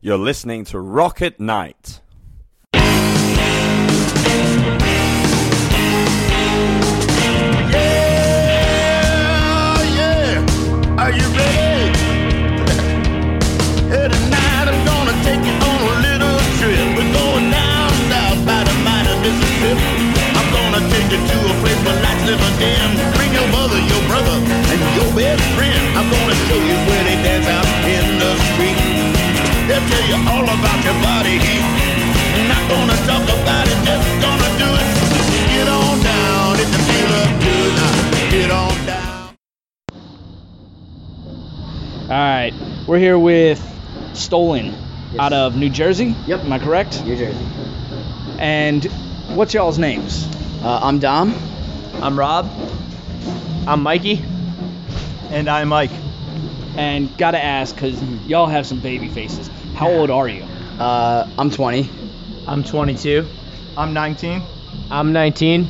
You're listening to Rocket Night. Yeah, yeah. Are you ready? Yeah, tonight I'm gonna take you on a little trip. We're going down south by the mine of Mississippi. I'm gonna take you to a place where lights live dim. Bring your mother, your brother, and your best friend. I'm gonna show you where they dance out in the street. They'll tell you all about your body heat. Not gonna talk about it, just gonna do it. Get on down if you feel up to it. Now, Get on down. All right, we're here with Stolen out of New Jersey. Yep. Am I correct? New Jersey. And what's y'all's names? Uh, I'm Dom. I'm Rob. I'm Mikey. And I'm Mike. And gotta ask, cause y'all have some baby faces. How old are you? Uh, I'm 20. I'm 22. I'm 19. I'm 19.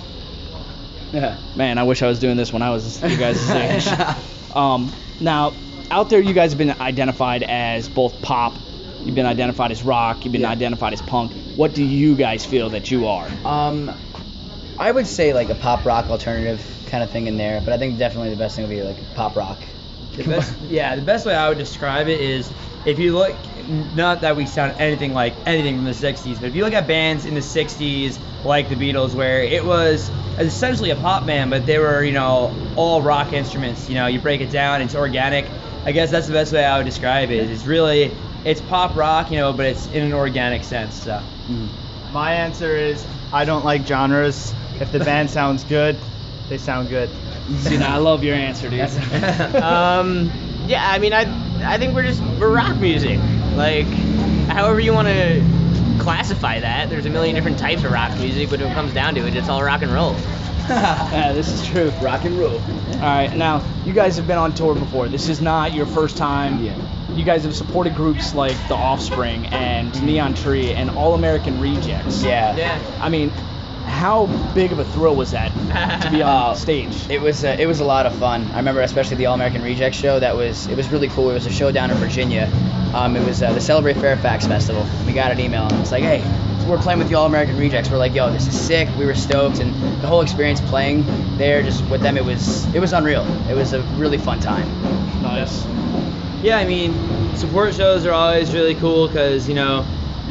Man, I wish I was doing this when I was you guys' age. Um, now, out there, you guys have been identified as both pop. You've been identified as rock. You've been Yeah. identified as punk. What do you guys feel that you are? um, I would say like a pop rock alternative kind of thing in there, but I think definitely the best thing would be like pop rock. The best, yeah, the best way I would describe it is if you look, not that we sound anything like anything from the 60s, but if you look at bands in the 60s like the Beatles, where it was essentially a pop band, but they were, you know, all rock instruments. You know, you break it down, it's organic. I guess that's the best way I would describe it. It's really, it's pop rock, you know, but it's in an organic sense. So. Mm. My answer is I don't like genres. If the band sounds good, they sound good. See, now I love your answer, dude. um, yeah, I mean, I I think we're just we're rock music. Like, however you want to classify that, there's a million different types of rock music, but when it comes down to it, it's all rock and roll. yeah, this is true. Rock and roll. All right, now you guys have been on tour before. This is not your first time. Yeah. You guys have supported groups like The Offspring and Neon Tree and All American Rejects. Yeah. Yeah. I mean, how big of a thrill was that to be on Uh, stage? It was uh, it was a lot of fun. I remember especially the All American Reject show. That was it was really cool. It was a show down in Virginia. Um, it was uh, the Celebrate Fairfax Festival. We got an email and it's like, hey, we're playing with the All American Rejects. We're like, yo, this is sick. We were stoked, and the whole experience playing there just with them, it was it was unreal. It was a really fun time. nice. Yeah, I mean, support shows are always really cool because you know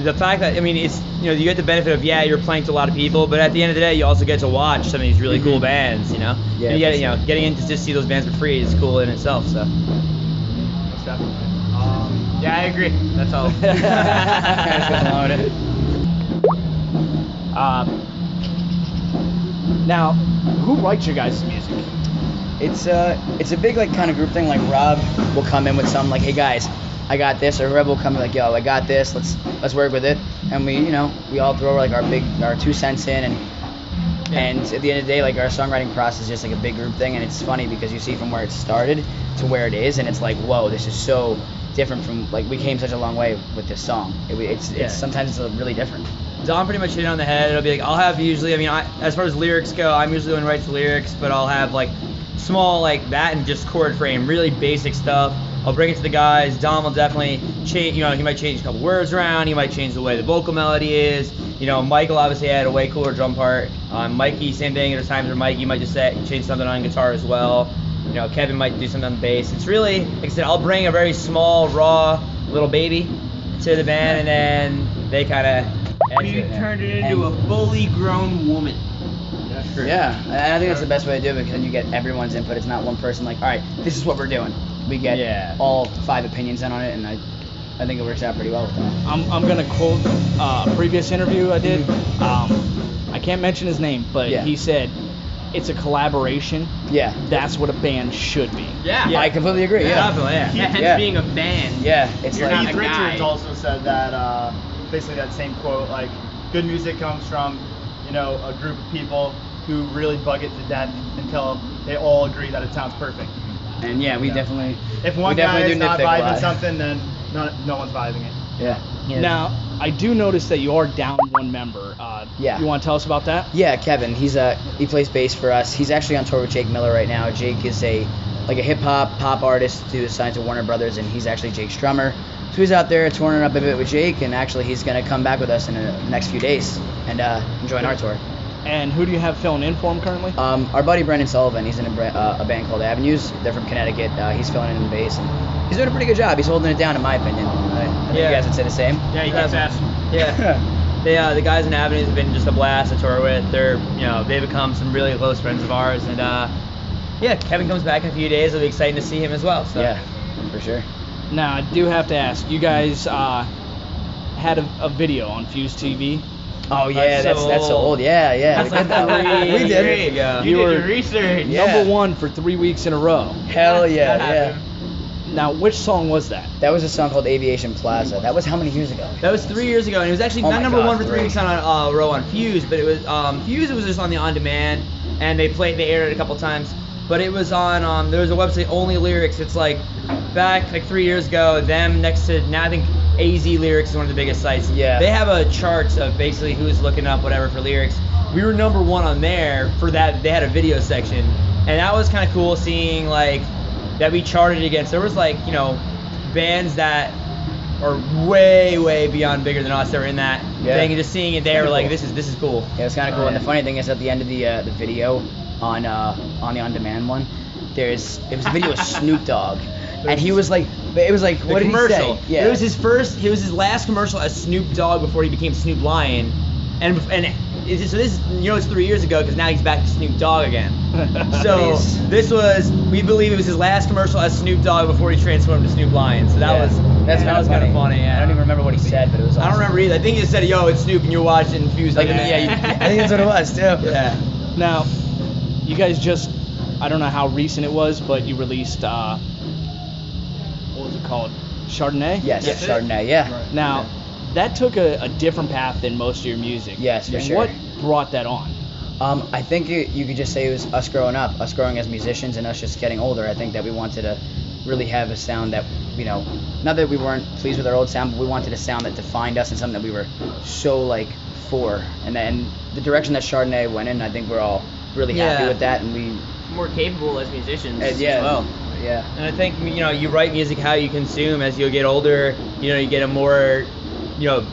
the fact that I mean it's you know you get the benefit of yeah you're playing to a lot of people, but at the end of the day you also get to watch some of these really cool bands, you know. Yeah, And you get for you know getting in to just see those bands for free is cool in itself. So. Yeah, I agree. That's all. Um, now, who writes your guys' music? It's a it's a big like kind of group thing. Like Rob will come in with some like, hey guys, I got this, or Rebel will come in like, yo, I got this. Let's let's work with it. And we you know we all throw like our big our two cents in, and and at the end of the day, like our songwriting process is just like a big group thing. And it's funny because you see from where it started to where it is, and it's like, whoa, this is so different from like we came such a long way with this song. It, it's Yeah. it's sometimes it's really different. Don pretty much hit it on the head. It'll be like I'll have usually. I mean, I, as far as lyrics go, I'm usually the one who writes the lyrics, but I'll have like small like that and just chord frame, really basic stuff. I'll bring it to the guys. Don will definitely change. You know, he might change a couple words around. He might change the way the vocal melody is. You know, Michael obviously had a way cooler drum part. Um, Mikey, same thing. There's times where Mikey might just say, change something on guitar as well. You know, Kevin might do something on the bass. It's really, like I said, I'll bring a very small, raw little baby to the band, and then they kind of You turned it into into a a fully grown woman. Yeah, and I think that's the best way to do it because then you get everyone's input. It's not one person like, all right, this is what we're doing. We get Yeah. all five opinions in on it, and I, I think it works out pretty well with that. I'm, I'm gonna quote uh, a previous interview I did. Um, I can't mention his name, but Yeah. he said it's a collaboration. Yeah, That's what a band should be. Yeah. I completely agree. Yeah, Definitely, yeah. Hence Yeah. being a band. yeah, it's You're like not Keith a guy. Richards also said that uh, basically that same quote like good music comes from you know a group of people who really bug it to death until they all agree that it sounds perfect. and yeah, we definitely. If we one guy definitely is do not nitpick a lot. vibing something, then not, no one's vibing it. Yeah. Now, I do notice that you are down one member. Uh, Yeah. You want to tell us about that? Yeah, Kevin. He's uh he plays bass for us. He's actually on tour with Jake Miller right now. Jake is a like a hip hop pop artist who is signed to Warner Brothers, and he's actually Jake's drummer. So he's out there touring it up a bit with Jake, and actually he's gonna come back with us in the next few days and uh, join our tour. And who do you have filling in for him currently? Um, our buddy Brendan Sullivan, he's in a, bra- uh, a band called Avenues. They're from Connecticut. Uh, he's filling in bass, and he's doing a pretty good job. He's holding it down, in my opinion. I, I think Yeah. you guys would say the same. Yeah, you guys Yeah. They, uh, the guys in Avenues have been just a blast to tour with. They're, you know, they've become some really close friends of ours, and uh, yeah, Kevin comes back in a few days. It'll be exciting to see him as well. So. Yeah, for sure. Now I do have to ask. You guys uh, had a, a video on Fuse TV. Oh yeah, That's that's so that's so old. old. Yeah, yeah. That's like three we years did. ago. You You did your were- research. Yeah. Number one for three weeks in a row. Hell yeah, That yeah. happened. Now, which song was that? That was a song called Aviation Plaza. That was how many years ago? That was three years ago, and it was actually Oh not my number God, one for three three. weeks on a uh, row on Fuse, but it was um, Fuse. was just on the on demand, and they played, they aired it a couple times. But it was on um, there was a website only lyrics. It's like back like three years ago. Them next to now I think AZ lyrics is one of the biggest sites. Yeah. They have a charts of basically who's looking up whatever for lyrics. We were number one on there for that. They had a video section, and that was kind of cool seeing like that we charted against. There was like you know bands that are way, way beyond bigger than us. They're in that Yeah. thing, and just seeing it there, Pretty we're like, cool. this is this is cool. Yeah, it was kind of cool. And the funny thing is, at the end of the uh, the video on uh, on the on demand one, there's it was a video of Snoop Dogg, and he was like, it was like, The what did commercial. he say? Yeah, It was his first. It was his last commercial as Snoop Dogg before he became Snoop Lion, and and it's just- so this is- you know it's three years ago because now he's back to Snoop Dogg again. So Nice. this was we believe it was his last commercial as Snoop Dogg before he transformed to Snoop Lion. So that Yeah. was That's that kinda was kind of funny. funny. Yeah. I don't even remember what he said, but it was. Awesome. I don't remember either. I think he just said, "Yo, it's Snoop," and you're watching Fuse. Like, on yeah, demand. you, I think that's what it was too. yeah. Now, you guys just, I don't know how recent it was, but you released, uh, what was it called? Chardonnay? Yes, Yes. Chardonnay. Yeah. Now, that took a, a different path than most of your music. Yes, for And sure. What brought that on? Um, I think it, you could just say it was us growing up, us growing as musicians, and us just getting older. I think that we wanted to really have a sound that, you know, not that we weren't pleased with our old sound, but we wanted a sound that defined us and something that we were so like for. And then the direction that Chardonnay went in, I think we're all really happy Yeah. with that, and we, More capable as musicians and yeah, as well. yeah, And I think you know you write music how you consume as you get older. You know you get a more you know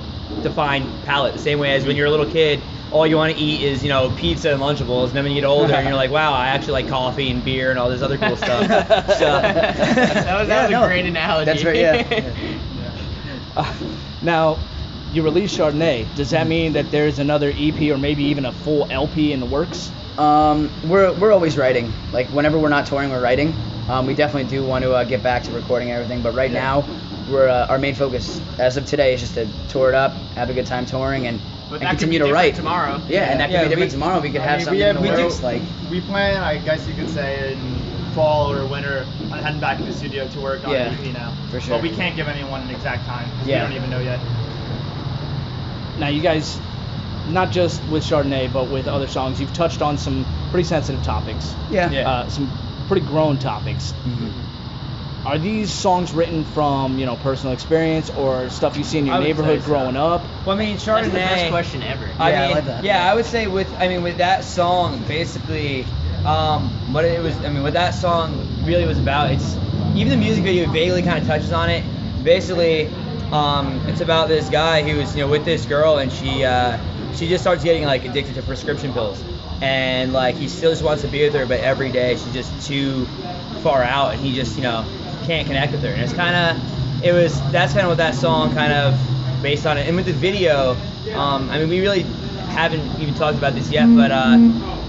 defined palate. The same way as when you're a little kid, all you want to eat is you know pizza and Lunchables. And then when you get older, and you're like, wow, I actually like coffee and beer and all this other cool stuff. that so was, Yeah, that was no, a great analogy. that's right, yeah. Uh, now, you released Chardonnay. Does that mean that there's another EP or maybe even a full LP in the works? Um, we're we're always writing. Like whenever we're not touring, we're writing. Um, we definitely do want to uh, get back to recording everything, but right now, we're uh, our main focus as of today is just to tour it up, have a good time touring, and, But and that could continue be to write different tomorrow. Yeah, and that could Yeah, be different we- tomorrow. We could I have mean, something in the we do- works, like we plan, I guess you could say, in fall or winter, on heading back to the studio to work on Yeah, the EP now. for sure. But we can't give anyone an exact time. 'cause Yeah. We don't even know yet. Now, you guys, not just with Chardonnay, but with other songs, you've touched on some pretty sensitive topics. yeah. Yeah. uh, some pretty grown topics. Mm-hmm. Are these songs written from you know personal experience or stuff you see in your I would neighborhood say so. growing up? well, I mean, That's Chardonnay. the best question ever. I Yeah, I mean, like that. yeah, I would say with I mean with that song basically, um, what it was I mean what that song really was about. It's even the music video vaguely kind of touches on it. Basically, um, it's about this guy who was you know with this girl and she uh, she just starts getting like addicted to prescription pills and like he still just wants to be with her but every day she's just too far out and he just you know can't connect with her and it's kind of it was that's kind of what that song kind of based on it. And with the video, um, I mean, we really haven't even talked about this yet, but uh,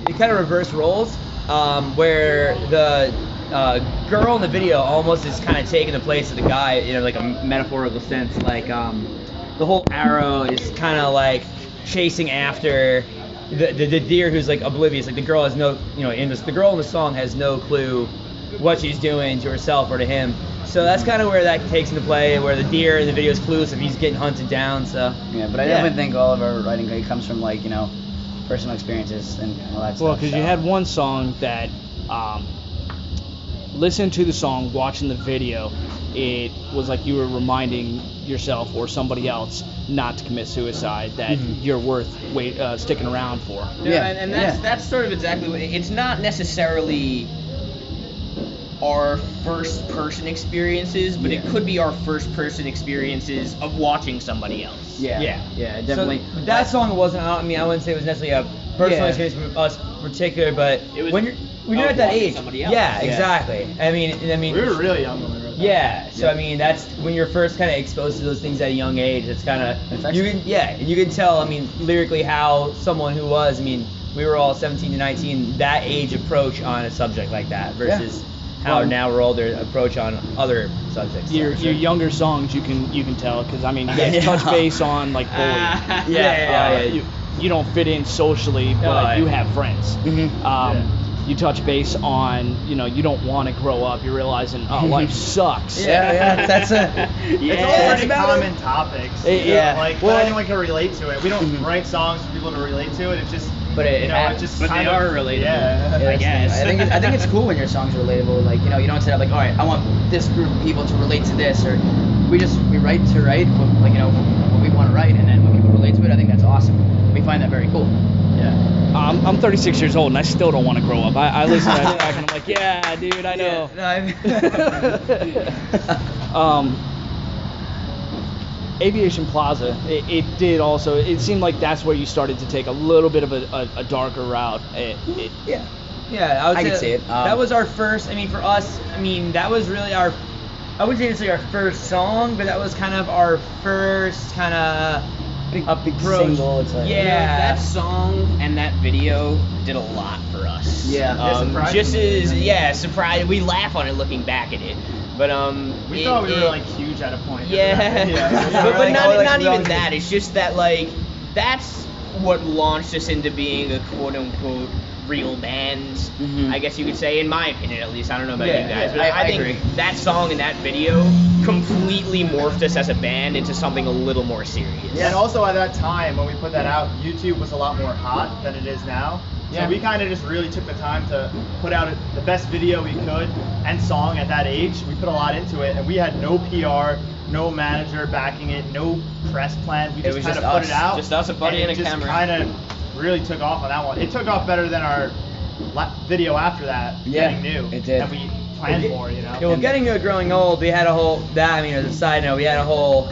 it kind of reverse roles um, where the uh, girl in the video almost is kind of taking the place of the guy in like a metaphorical sense. Like um, the whole arrow is kind of like chasing after the, the, the deer who's like oblivious. Like the girl has no, you know, in this, the girl in the song has no clue what she's doing to herself or to him. So that's kind of where that takes into play, where the deer in the video is clueless if he's getting hunted down. So Yeah, but I Yeah. definitely think all of our writing comes from like you know personal experiences and all that stuff. Well, because you so. had one song that um, listening to the song, watching the video, it was like you were reminding yourself or somebody else not to commit suicide. That Mm-hmm. you're worth wait, uh, sticking around for. No, Yeah, and, and that's yeah. that's sort of exactly what it's not necessarily our first person experiences, but it Yeah. could be our first person experiences of watching somebody else. Yeah. Yeah. Yeah, it definitely. So that song wasn't. I don't- I mean, I wouldn't say it was necessarily a personal Yeah. experience for us in particular, but It was when you're when you're of at that watching age, somebody else. yeah, Yeah. exactly. I mean, and I mean, We were really young when we wrote that. yeah. So I mean, that's when you're first kind of exposed to those things at a young age. It's kind of Affects you you. can yeah, and you can tell. I mean, lyrically how someone who was. I mean, we were all 17 to 19. That age approach on a subject like that versus how Well- now we're older approach on other subjects. Your, So- your younger songs, you can you can tell because I mean you guys Yeah. touch base on like bully. Ah. yeah, yeah, yeah, Uh, yeah. You, you don't fit in socially, but yeah. you have friends. Mhm. Um, Yeah. You touch base on you know you don't want to grow up. You're realizing oh life sucks. Yeah, yeah, that's a. It's all Yeah. pretty That's about common it. topics. It- you know, yeah. Like Well- anyone can relate to it. We don't Mhm. write songs for people to relate to it. It's just But it- you it know, happens. just But they kind are of, relatable. Yeah. Yeah, I that's- guess. I think it, I think it's cool when your songs are relatable. Like you know, you don't set up like, all right, I want this group of people to relate to this, or we just we write to write, what, like you know, what we want to write, and then when people relate to it, I think that's awesome. We find that very cool. yeah. I'm, I'm 36 years old and I still don't want to grow up. I, I listen to that track and I'm like yeah dude I know. No, I- um, Aviation Plaza, it, it did also. It seemed like that's where you started to take a little bit of a, a, a darker route. It, it, yeah. Yeah, I would I say, can see it. Um, that was our first. I mean, for us, I mean, that was really our. I wouldn't say necessarily our first song, but that was kind of our first kind of Big- big approach. single, it's like- yeah, That song and that video did a lot for us. Yeah. Yeah, Um, surprisingly. just as yeah, surprised. We laugh on it looking back at it, but um. We it- thought we it- were like huge at a point. Yeah. yeah. but but like, not, oh, like, not we even always- that. It's just that like that's what launched us into being a quote unquote real band. Mhm. I guess you could say, in my opinion at least. I don't know about Yeah, you guys, yeah, but I- I think agree. that song and that video completely morphed us as a band into something a little more serious. And also at that time when we put that out, YouTube was a lot more hot than it is now. Yeah. So we kind of just really took the time to put out the best video we could and song at that age. We put a lot into it, and we had no PR, no manager backing it, no press plan. We just was kind of just put us. it out. Just us, a buddy, and a it just camera. kind of really took off on that one. It took off better than our la- video after that. Yeah, Getting new. it did. And we planned more, you know. Yeah, well, getting to growing old, we had a whole that. I mean, as a side note, we had a whole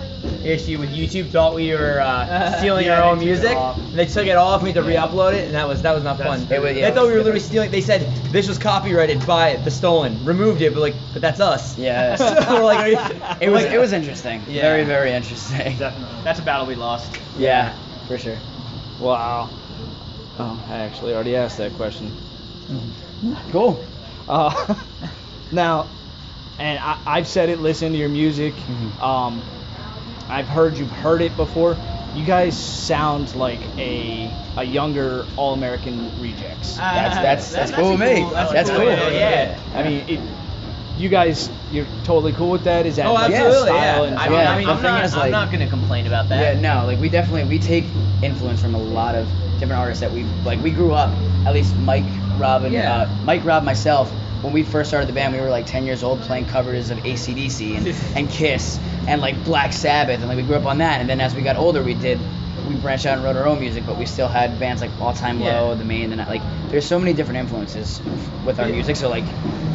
issue with YouTube. Thought we were uh, stealing Yeah, our own they took it music. off. They took it off. We had to re-upload it, and that was that was not That's fun. It was- yeah, they it thought we was were literally different. stealing. They said this was copyrighted by the stolen. Removed it, but like, but that's us. Yeah. so we're like, are you- It was like- it was interesting. Yeah. Very very interesting. Definitely. That's a battle we lost. Yeah, for sure. wow. Oh, I actually already asked that question. Cool. Uh, now, and I, I've said it. Listen to your music. Mhm. Um, I've heard you've heard it before. You guys sound like a a younger All American Rejects. Uh, That's that's that's, cool with me. that's that's a cool. cool idea, yeah. I mean, it, you guys, you're totally cool with that. Is that Oh, like absolutely, style yeah. and I mean, mean, Yeah, I'm, I mean, the I'm thing not, is, I'm like- not gonna complain about that. Yeah, no, like we definitely we take influence from a lot of different artists that we like. We grew up, at least Mike, Rob, and Yeah. uh, Mike, Rob, myself. When we first started the band, we were like 10 years old playing covers of ACDC and, and Kiss and like Black Sabbath, and like we grew up on that. And then as we got older, we did we branched out and wrote our own music, but we still had bands like All Time Yeah. Low, The Main, and like there's so many different influences with our Yeah. music. So like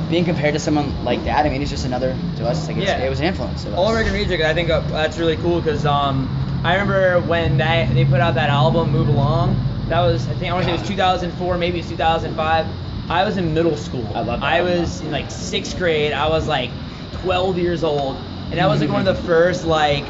being compared to someone like that, I mean, it's just another to us. Like it's, Yeah. it was an influence. to us. All American Reject, I think uh, that's really cool because um, I remember when that they put out that album Move Along. That was I think I want to say it was 2004, maybe it's 2005. I was in middle school. I love that I album. was in like sixth grade. I was like 12 years old, and that was like one of the first like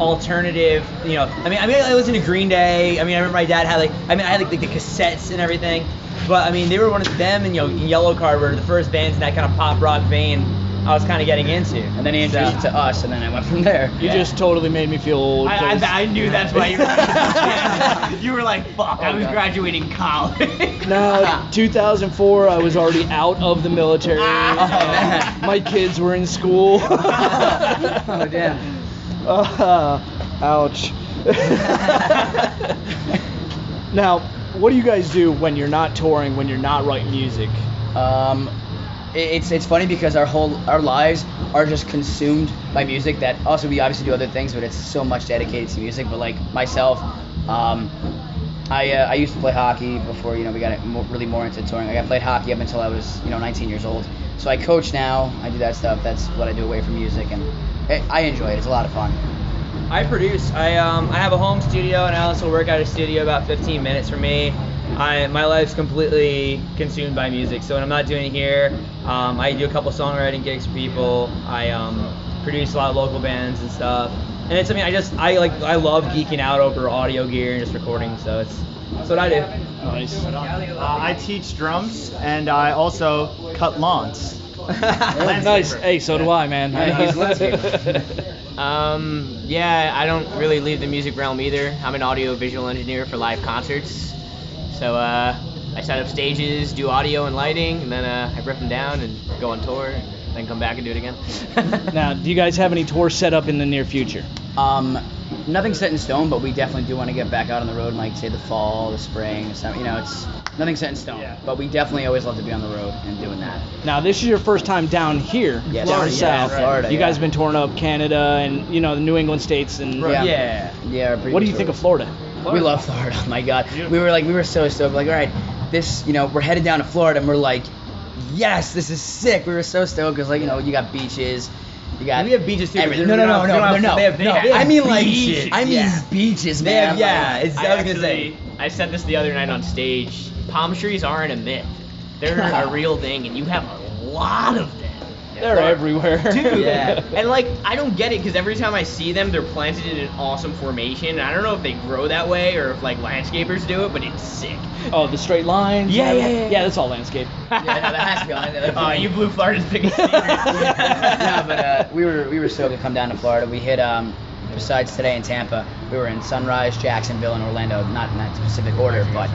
alternative. You know, I mean, I mean, I listened to Green Day. I mean, I remember my dad had like, I mean, I had like the, the cassettes and everything. But I mean, they were one of them and you know, Yellow Card were the first bands in that kind of pop rock vein. I was kind of getting into. And then he introduced it to us, and then I went from there. You just totally made me feel old. I, 'cause- I, I knew that's why you were. Yeah. You were like, "Fuck, I was graduating college." no, 2004, I was already out of the military. Ah. Uh, my kids were in school. oh damn. Uh, ouch. now, what do you guys do when you're not touring, when you're not writing music? Um, it- it's it's funny because our whole our lives are just consumed by music. That also we obviously do other things, but it's so much dedicated to music. But like myself, um, I uh, I used to play hockey before you know we got mo- really more into touring. Like I played hockey up until I was you know 19 years old. So I coach now. I do that stuff. That's what I do away from music, and I I enjoy it. It's a lot of fun. I produce. I um, I have a home studio, and I also work at a studio about 15 minutes from me. I my life's completely consumed by music. So when I'm not doing it here, um, I do a couple songwriting gigs for people. I um, produce a lot of local bands and stuff. And it's I mean I just I like I love geeking out over audio gear and just recording. So it's that's what I do. Nice. Uh, I teach drums and I also cut lawns. nice. Hey, so do I, man. he's Um, yeah, I don't really leave the music realm either. I'm an audio visual engineer for live concerts. So uh, I set up stages, do audio and lighting, and then uh, I rip them down and go on tour, and then come back and do it again. now, do you guys have any tours set up in the near future? Um, nothing set in stone, but we definitely do want to get back out on the road, like say the fall, the spring, the summer. You know, it's nothing set in stone, Yeah. but we definitely always love to be on the road and doing that. Now, this is your first time down here, Yes. down Florida, yeah, south. Florida, you guys yeah. have been touring up Canada and you know the New England states and. Yeah. Yeah. Yeah. our What do you previous think road. of Florida? We love Florida. Oh my God, we were like, we were so stoked. Like, all right, this, you know, we're headed down to Florida, and we're like, yes, this is sick. We were so stoked because, like, you know, you got beaches, you got. And we have beaches too, but everything. they're No, no, not- no, they're no, not- no, no. they have- they no. have I mean, like, beaches, I mean yeah. beaches, They man. have, yeah. like- It's, I I, was gonna say. actually, I said this the other night on stage. Palm trees aren't a myth; they're a real thing, and you have a lot of them. They're everywhere. Dude, Yeah. and like I don't get it because every time I see them, they're planted in an awesome formation. And I don't know if they grow that way or if like landscapers do it, but it's sick. oh, the straight lines. Yeah, and yeah, everything? yeah, yeah. that's all landscape. no, that has to be on there. Oh, you blew Florida's biggest secret. no, but uh, we were we were stoked to come down to Florida. We hit um, besides today in Tampa, we were in Sunrise, Jacksonville, and Orlando. Not in that specific order, but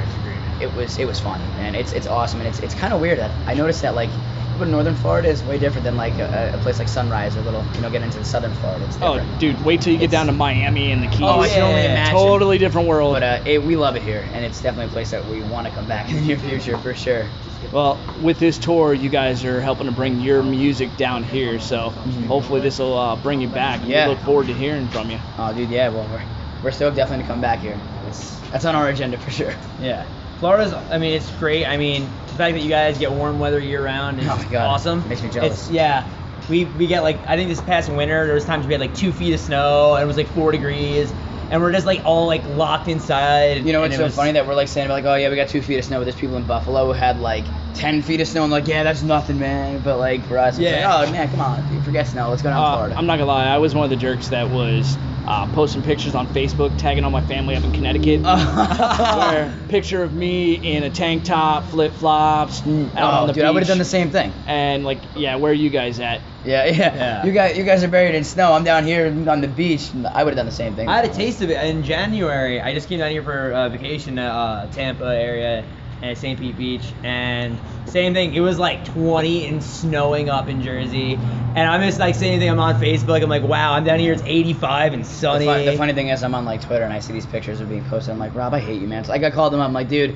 it was it was fun, and it's it's awesome, and it's it's kind of weird that I noticed that like. But northern Florida is way different than like a, a place like Sunrise or little, you know, get into the southern Florida. It's Oh, different. dude, wait till you get It's- down to Miami and the Keys. Oh, I can only yeah. imagine. Totally different world. But uh, it, we love it here, and it's definitely a place that we want to come back in the near future for sure. well, with this tour, you guys are helping to bring your music down here, so hopefully this will uh, bring you back. Mm-hmm. Yeah. We look forward to hearing from you. Oh, dude, yeah. Well, we're we're stoked definitely to come back here. It's, that's on our agenda for sure. Yeah. Florida's, I mean, it's great. I mean, the fact that you guys get warm weather year round is Oh my God. awesome. Makes me jealous. It's, yeah. We, we get like, I think this past winter, there was times we had like two feet of snow and it was like four degrees. And we're just like all like locked inside. You know, and it's it so was- funny that we're like saying about, like, oh yeah, we got two feet of snow, but there's people in Buffalo who had like ten feet of snow, and like, yeah, that's nothing, man. But like for us, it's Yeah. like, oh man, come on, dude, forget snow, let's go down to Uh, Florida. I'm not gonna lie, I was one of the jerks that was uh, posting pictures on Facebook, tagging all my family up in Connecticut. Oh, Uh, where picture of me in a tank top, flip flops, out oh, on the dude, I would have done the beach. same thing. And like, yeah, where are you guys at? Yeah, yeah, Yeah. You guys, you guys are buried in snow. I'm down here on the beach. I would have done the same thing. I had a taste of it in January. I just came down here for uh, vacation to uh, Tampa area and St. Pete Beach, and same thing. It was like 20 and snowing up in Jersey, and I'm just like saying anything. I'm on Facebook. I'm like, wow, I'm down here. It's 85 and The sunny. fun- The funny thing is, I'm on like Twitter and I see these pictures are being posted. I'm like, Rob, I hate you, man. So, like I called him up. I'm like, dude,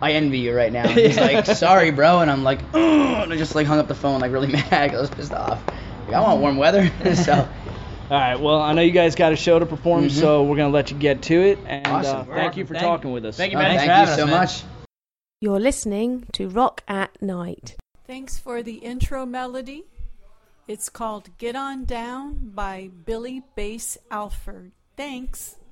I envy you right now. And he's like, sorry, bro. And I'm like, "Ugh," and I just like hung up the phone, like really mad. I was pissed off. Like, I want warm weather. so All right. Well, I know you guys got a show to perform, so we're gonna let you get to it. And Mm-hmm. Awesome. uh, thank you for Thank- talking with us. thank you, oh, man. Thanks thank for you having us, so man. much. You're listening to Rock at Night. Thanks for the intro melody. It's called Get On Down by Billy Bass Alford. Thanks.